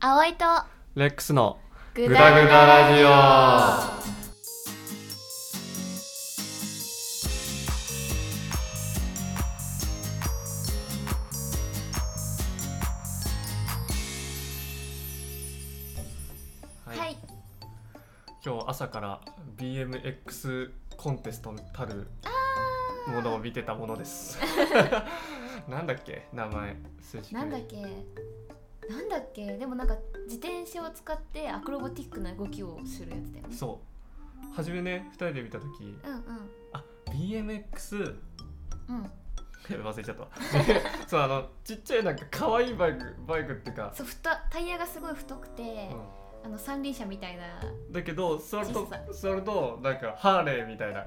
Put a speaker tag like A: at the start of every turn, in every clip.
A: 葵と
B: レックスの
A: グ
B: グダグダラジオはい、
A: はい
B: 今日朝から BMX コンテストたるものを見てたものです なんだっけ名前正式に
A: なんだっけなんだっけでもなんか自転車を使ってアクロバティックな動きをするやつだよね
B: そう初めね2人で見た時
A: うん
B: BMX
A: うんうん
B: やべ 忘れちゃっ たわそうあのちっちゃいなんか可愛いバイクバイクっていうか、
A: そうふたタイヤがすごい太くて、
B: う
A: あの三輪車みたいな
B: ん、だけど座ると
A: 小さい
B: 座るとなんかハーレーみたいな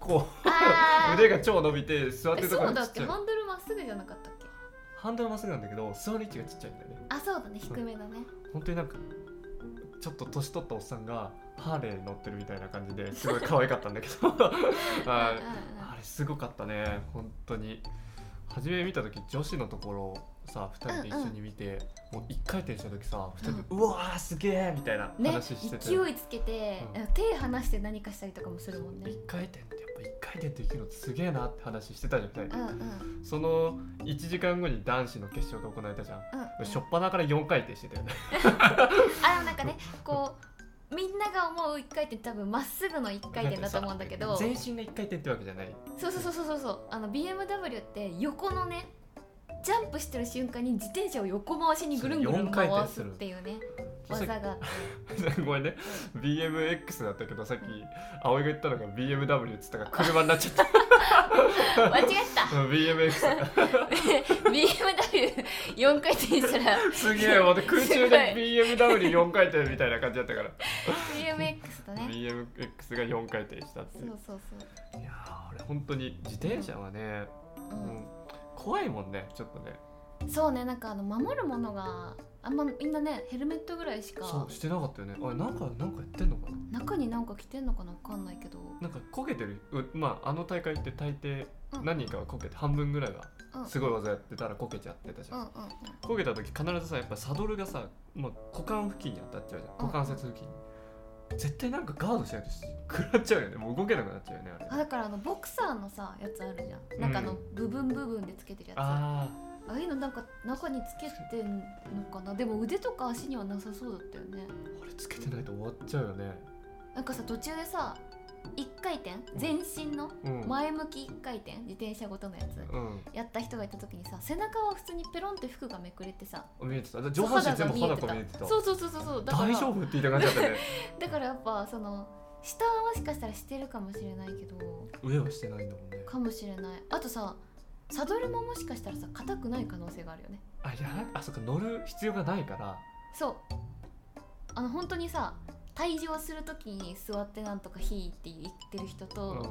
B: こ
A: あ
B: う
A: ー
B: 腕が超伸びて座って
A: え
B: ると
A: そ
B: こ
A: う
B: が
A: だ
B: ちっ
A: っ
B: ち
A: け
B: ゃい
A: ハンドルまっすぐじゃなかったっけ
B: ハンドルまっすぐなんだけど座る位置がちっちゃいんだよね
A: あそうだね低めだね
B: 本当になんかちょっと年取ったおっさんがハーレー乗ってるみたいな感じですごい可愛かったんだけ どはい
A: うんうんうん
B: あれすごかったね本当に初め見た時女子のところをさ2人で一緒に見て、もう1回転した時さ2人で「うわーすげえ!」みたいな
A: ね、
B: 話してて、
A: 勢いつけて、
B: うん
A: 手離して何かしたりとかもするもんね
B: 1回転ってやっぱ1回転できるのってすげえなって話してたじゃん2
A: う
B: 人
A: んうんうん
B: その1時間後に男子の決勝が行われたじゃん
A: うん
B: 初っ端から4回転してたよね
A: あでもなんかねこうみんなが思う一回転多分まっすぐの一回転だと思うんだけど
B: 全身が1回転ってわけじゃない
A: そうそうそうそうそうそうあの BMW って横のねジャンプしてる瞬間に自転車を横回しにぐるんぐるん
B: そう四回
A: 回
B: 転す
A: すっ
B: る
A: ていうね
B: そし
A: 技
B: たら
A: があって
B: ごめんね BMX だったけどさっき葵が言ったのが BMW っつったから車にな っちゃった
A: 間違え
B: BMX だ
A: た BMW4 回転したら
B: すげえ、また空中で BMW4 回転みたいな感じだったから、
A: BMX とね
B: BMX が4回転したっ
A: そ
B: ていうう
A: そうそう
B: いやー俺本当に自転車はね、
A: う
B: うんん、怖いもんねちょっとね
A: そうねなんかあの守るものがあんまみんなねヘルメットぐらいし
B: そ
A: か
B: うしてなかったよねあれなんかなんかやってんのかな
A: 中になんか着てんのかなわかんないけど、
B: なんかこけてるうまああの大会って大抵
A: うん
B: 何人かはこけて半分ぐらいが
A: うん、
B: すごい技やってたらこけちゃってたじゃ
A: うん
B: ん、
A: うんうん
B: こけた時必ずさやっぱサドルがさ、まあ、股間付近に当たっちゃうじゃん股関節付近に、絶対なんかガードしないと食らっちゃうよねもう動けなくなっちゃうよねあれ
A: あだからあのボクサーのさやつあるじゃんなんかあの
B: う
A: 部分部分でつけてるやつ、あ
B: あ
A: あいうのなんか中につけてんのかなでも腕とか足にはなさそうだったよね
B: ーあれつけてないと終わっちゃうよね
A: なんかさ途中でさ一回転全身の
B: うん
A: 前向き一回転自転車ごとのやつ
B: うん
A: やった人がいた時にさ背中は普通にペロンって服がめくれてさ
B: 見えてた上半身全部花子見えてた
A: そうそうそうそうそうだから
B: 大丈夫って言いた感じだったね
A: だからやっぱその下はもしかしたらしてるかもしれないけど
B: 上はしてないんだもんね
A: かもしれないあとさサドルももしかしたらさ硬くない可能性があるよね
B: あいやなんかあそっか乗る必要がないから
A: そうあの本当にさ退場する時に座ってなんとか「ひー」って言ってる人
B: う
A: と、
B: ん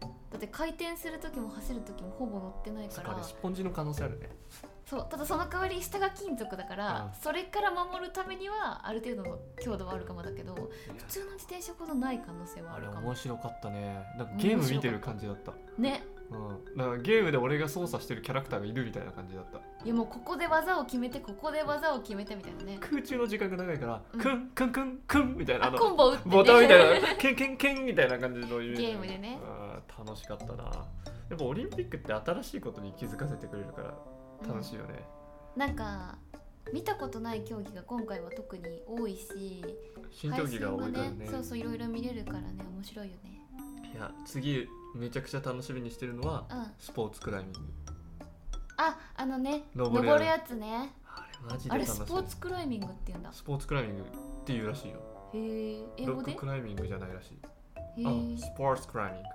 A: だって回転する時も走る時もほぼ乗ってない
B: そ
A: か
B: っかあ
A: ら
B: れスポンジの可能性あるね
A: そうただその代わり下が金属だから、
B: うん
A: それから守るためにはある程度の強度はあるかもだけど普
B: いや
A: 通の自転車ほどない可能性はあ
B: あれ
A: るかも
B: 面白かったねなんかゲーム見てる感じだった
A: ね
B: うん、なんかゲームで俺が操作してるキャラクターがいるみたいな感じだった
A: いやもうここで技を決めてここで技を決めてみたいなね
B: 空中の時間が長いから、
A: うん
B: クンクンクンクンみたいな
A: あ
B: あの
A: コンボ打って、ね、
B: ボタンみ たいなケンケンケンみたいな感じのイメージ
A: ゲームでね
B: あー楽しかったなやっぱオリンピックって新しいことに気づかせてくれるから楽しいよね、
A: なんか見たことない競技が今回は特に多いし
B: 新競技が多いからね
A: 配信がそうそういろいろ見れるからね面白いよね
B: いや次めちゃくちゃ楽しみにしてるのは
A: うん
B: スポーツクライミング
A: ああのね
B: 登
A: 登
B: る
A: る
B: やつ
A: やつね
B: あれマジで
A: あれ
B: 楽し
A: ス
B: み
A: ポーツクライミングって言うんだ
B: スポーツクライミングっていうらしいよ
A: へえ英
B: ロ
A: 語
B: ッ
A: で
B: ク
A: へ
B: クライミングじゃないらしい
A: えい
B: あスポーツクライミング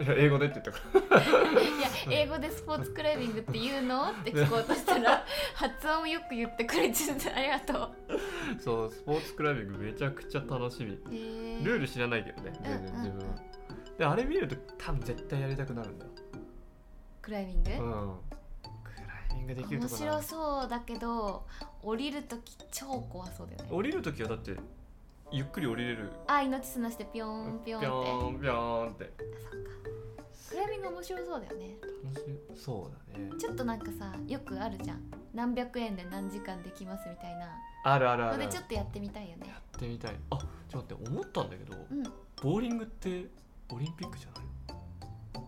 B: いや英語でっ て言ったから
A: や英語でスポーツクライミングって言うのって聞こうとしたら発音よく言ってくれてたありがと
B: そうスポーツクライミングめちゃくちゃ楽しみ
A: うへえ
B: ルール知らないけどね全
A: う
B: 然
A: んうん
B: 自
A: うん
B: 分はであれ見ると多分絶対やりたくなるんだよ
A: クライミング、
B: うんクライミングでき
A: 面
B: るとこな
A: 白そうだけど降りるとき超怖そうだよね
B: 降りるときはだってゆっくり降りれる
A: あ命綱してピョーンピ
B: ぴ
A: ョ
B: ょ
A: ーンって
B: ーんぴょーんって
A: あそっかクライミング面白そうだよね
B: 楽しいそうだね
A: ちょっとなんかさよくあるじゃん何百円で何時間できますみたいな
B: あるあるあ
A: の
B: る
A: で
B: や
A: ちょっとやってみたいよね
B: ってみたいあちょっと待って思ったんだけど
A: うん
B: ボーリングってオリンピックじゃない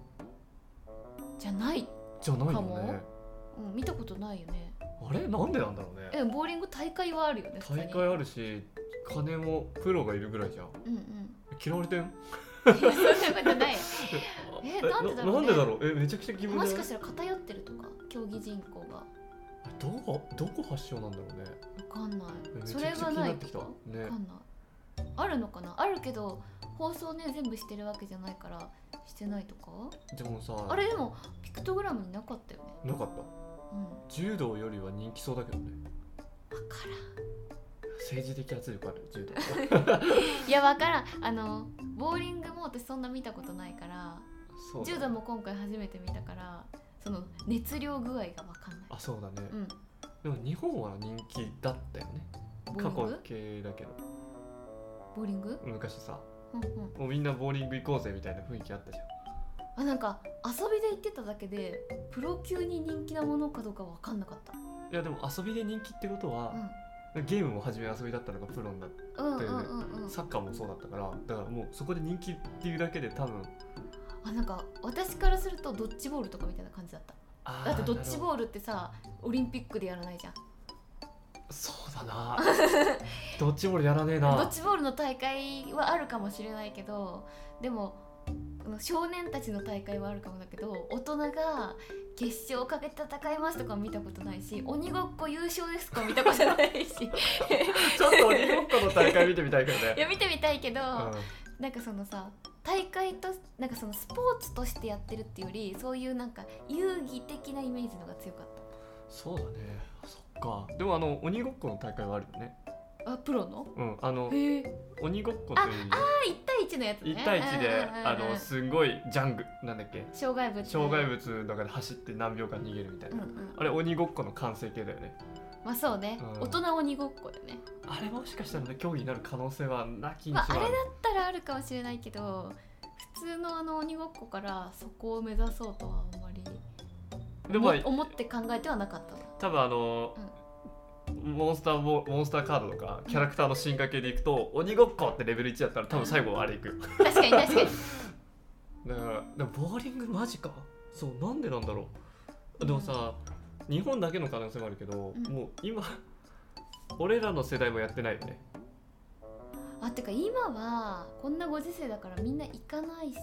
A: じゃない、
B: じゃない
A: か
B: よね
A: もうん、見たことないよね
B: あれなんでなんだろうね
A: えボーリング大会はあるよね普通に
B: 大会あるし金もプロがいるぐらいじゃん
A: うんうん
B: 嫌われてん
A: いやそんなこと ないえ
B: え
A: なんでだろうね
B: なんでだろうえめちゃくちゃ疑問
A: も
B: だ
A: し
B: よ
A: かしたら偏ってるとか競技人口が
B: どこどこ発祥なんだろうね
A: わかんない
B: めち
A: そ
B: ゃ
A: れ
B: くちゃ
A: が
B: 気に
A: な
B: ないってきた
A: と
B: ね
A: かわかんないあるのかなあるけど放送ね全部してるわけじゃないからしてないとか
B: でもさ
A: あれでもピクトグラムになかったよね
B: なかった
A: うん
B: 柔道よりは人気そうだけどね
A: 分から
B: 政治的圧力ある 柔道
A: んいや分からんあのボーリングも私そんな見たことないから
B: そうだ
A: 柔道も今回初めて見たからその熱量具合が分かんない
B: あそうだね、
A: うん
B: でも日本は人気だったよね
A: ボ
B: 過
A: ーリン
B: 去
A: グ
B: 系だけど
A: ボーリング
B: 昔さ
A: うんうん
B: もうみんなボーリング行こうぜみたいな雰囲気あったじゃん
A: あなんか遊びで言ってただけでプロ級に人気なものかどうか分かんなかった
B: いやでも遊びで人気ってことは、ゲームも初め遊びだったのがプロになって
A: うんうん
B: だ
A: う
B: よ
A: ん
B: ね
A: うんうん
B: サッカーもそうだったからだからもうそこで人気っていうだけで多分
A: あなんか私からするとドッジボールとかみたいな感じだった
B: あ
A: だってドッジボ
B: ー
A: ールってさオリンピックでやらないじゃん
B: ルそうだな ドッジボールやらねえな
A: ドッジボールの大会はあるかもしれないけどでもあの少年たちの大会はあるかもだけど大人が決勝をかけて戦いますとか見たことないし鬼ごっこ優勝ですとか見たことないし
B: ちょっと鬼ごっこの大会見てみたいけ ど
A: い
B: ね
A: や見てみたいけど、
B: うん
A: なんかそのさ大会となんかそのスポーツとしてやってるっていうよりそういうなんか遊戯的なイメージのが強かっ
B: そうだねそっかでもあの鬼ごっこの大会はあるよね
A: たあプロの
B: うんあの
A: へえ
B: 鬼ごっこという
A: あ1対1のやつね
B: 一対一
A: うんうん
B: で
A: うんうん
B: あのすごいジャングなんだっけ
A: 障害物
B: 障害物の中で走って何秒間逃げるみたい
A: うんう
B: な、
A: ん
B: あれ鬼ごっこの完成形だよね
A: まあそうね、
B: うん
A: 大人鬼ごっこだね
B: あれもしかしたらね競技になる可能性はなきにし
A: まああ
B: は
A: れだったらあるかもしれないけど普通のあの鬼ごっこからそこを目指そうとはあんまり
B: でも
A: 思思って考えてはなかったな
B: 多分あのモンスターボモンスターカードとかキャラクターの進化系でいくと鬼ごっこってレベル1だったら多分最後あれいくよ
A: 確かに確 かに
B: だからでもボーリングマジかそうなんでなんだろうでもさ、日本だけの可能性もあるけど、
A: うん
B: もう今俺らの世代もやってないよね
A: あてか今はこんなご時世だからみんな行かないし
B: い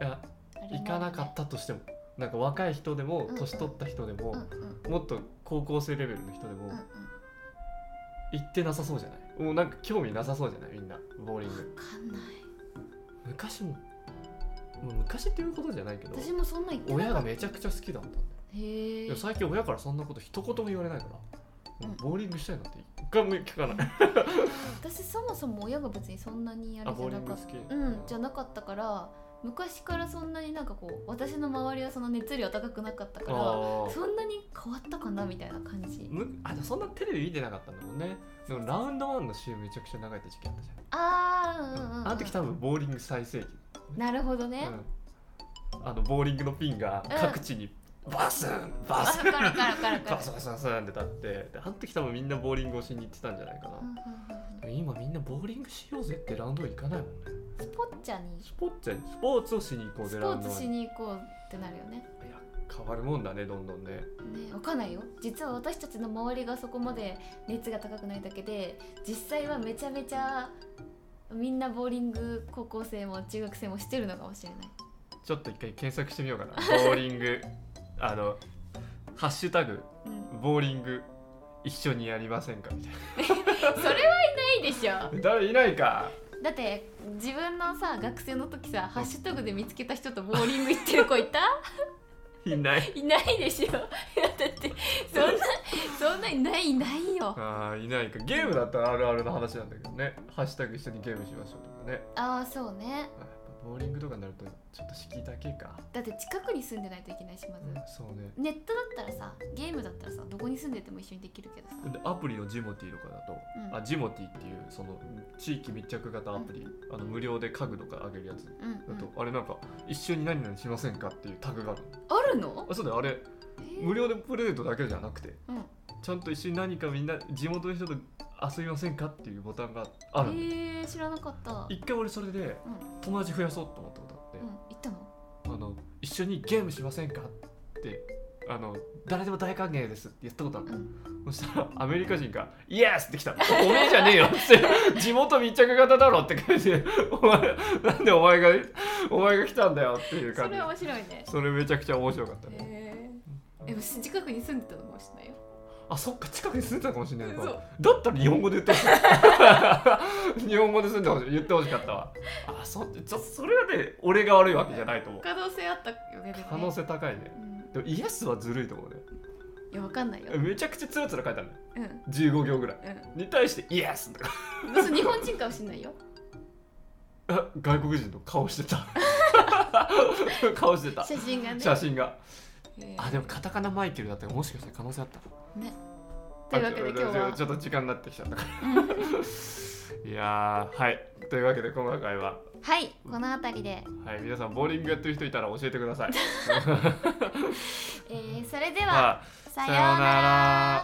A: あ
B: や
A: れもあるね
B: 行かなかったとしてもなんか若い人でも
A: うんうん
B: 年取った人でも
A: うん、うんうん
B: もっと高校生レベルの人で
A: う
B: も
A: ん
B: 行ってなさそうじゃないもうなんか興味なさそうじゃないみんなボーリン
A: 分
B: グ
A: かんない
B: 昔ももう昔っていうことじゃないけど
A: 私もそんな行ってな
B: 親
A: か
B: が
A: った
B: めちゃくちゃ好きだったんだよ
A: へ
B: で
A: え
B: も最近親からそんなこと一言も言われないから、
A: うん
B: ボーリングしたいなんて一回も聞かない
A: 私そもそも親が別にそんなにあ
B: あ
A: れじ
B: ボ
A: ゃ
B: ーリ
A: な
B: ング
A: か
B: 好
A: っ
B: き
A: たうんじゃなかったから昔からそんなになんかこう私の周りはその熱量高くなかったから
B: あー
A: そんなに変わったかなみたいな感じ
B: むあでもそんなテレビ見てなかったんだもんねでもラウンドワンの CM めちゃくちゃ長いって時期あったじ
A: あ
B: ゃん、
A: ーうんうん、うん、
B: あの時多分ボーリング最盛期、
A: なるほど
B: う
A: ね、
B: んあのボーリングのピンが各地にバスン、バ
A: あ
B: スン
A: 分かる分かる分かる分か
B: バ
A: る
B: スンバスンバスンって立ってであの時多分みんなボーリングをしに行ってたんじゃないか
A: うんう
B: な、
A: んうんうん
B: でも今みんなボーリングしようぜってラウンド行かないもんね
A: スポッチャに
B: スポーツスポーツをしに行こう
A: ス
B: ぜ
A: ポ
B: ラウ
A: ー
B: ンド
A: ツ
B: ワン
A: し
B: い
A: に行こうってなるよね
B: や変わるもんだねどんどんね
A: ね分かんないよ実は私たちの周りがそこまで熱が高くないだけで実際はめちゃめちゃみんなボーリング高校生も中学生もしてるのかもしれない
B: ちょっと一回検索してみようかなボーリン グあのハッシュタグ
A: うん、
B: ボーリング一緒にやりませんかみたい
A: それはいないでしょ
B: な誰いないか
A: だって自分のさ学生の時さハッシュタグで見つけた人とボーリング行ってる子いた
B: いない
A: いないでしょいやだってそんなそんなにないないよ
B: あーいないかゲームだったらあるあるの話なんだけどねハッシュタグ一緒にゲームしましょうとかね
A: ああそうね
B: あやっぱボーリングとかになるとちょっと敷居だけか、
A: だって近くに住んでないといけないしまず、
B: そうね
A: ネットだったらさゲームだったらさどこに住んでても一緒にできるけどさ
B: でアプリのジモティーとかだと、
A: うん
B: あジモティーっていうその地域密着型アプリ、あの無料で家具とかあげるやつだ
A: うん、う
B: と、
A: ん、
B: あれなんか一緒に何々しませんかっていうタグがある
A: あるの、
B: あそうだよあれ
A: えー
B: 無料でプレゼントだけじゃなくて
A: うん、
B: ちゃんと一緒に何かみんな地元の人と遊びませんかっていうボタンがあるの
A: えー、知らなかったうん、
B: 一回俺それで
A: うん、
B: 友達増やそうと思ったことあって、
A: 行ったの
B: あの一緒にゲームしませんかってあの誰でも大歓迎ですって言ったことある、
A: う
B: そしたらアメリカ人が「イエス!」って来たの「おめえじゃねえよ」って「 地元密着型だろ」って感じで「お前なんでお前がお前が来たんだよ」っていう
A: そ
B: 感じ
A: れ面白いね
B: それめちゃくちゃ面白かったね、
A: えー、え私近くに住んでたのかもしれないよ
B: あそっか近くに住んでたかもしれないの
A: そ
B: か
A: う
B: だったら日本語で言ってほしい 日本語で住んでほしい言ってほしかったわあそちょそれはね俺が悪いわけじゃないと思う
A: 可能性あったよねでもね
B: 可能性高いね
A: うん
B: でもイエスはずるいと思うね
A: いやわかんないよ
B: めちゃくちゃつらつら書いてあるの
A: うん
B: 15行ぐらい
A: うん
B: に対してイエスとか
A: 私日本人かもしれないよ
B: あ外国人の顔してた 顔してた
A: 写真がね
B: 写真が
A: えー
B: あでもカタカナマイケルだったらもしかしたら可能性あったな
A: ねというわけで今日
B: あ
A: は
B: ちょっと時間になってきちゃったから いやーはいというわけで今回は、
A: はいこの辺りで、
B: はい、皆さんボーリングやってる人いたら教えてください
A: えー、それでは
B: まあ
A: さよう
B: さよう
A: な
B: な
A: ら
B: ら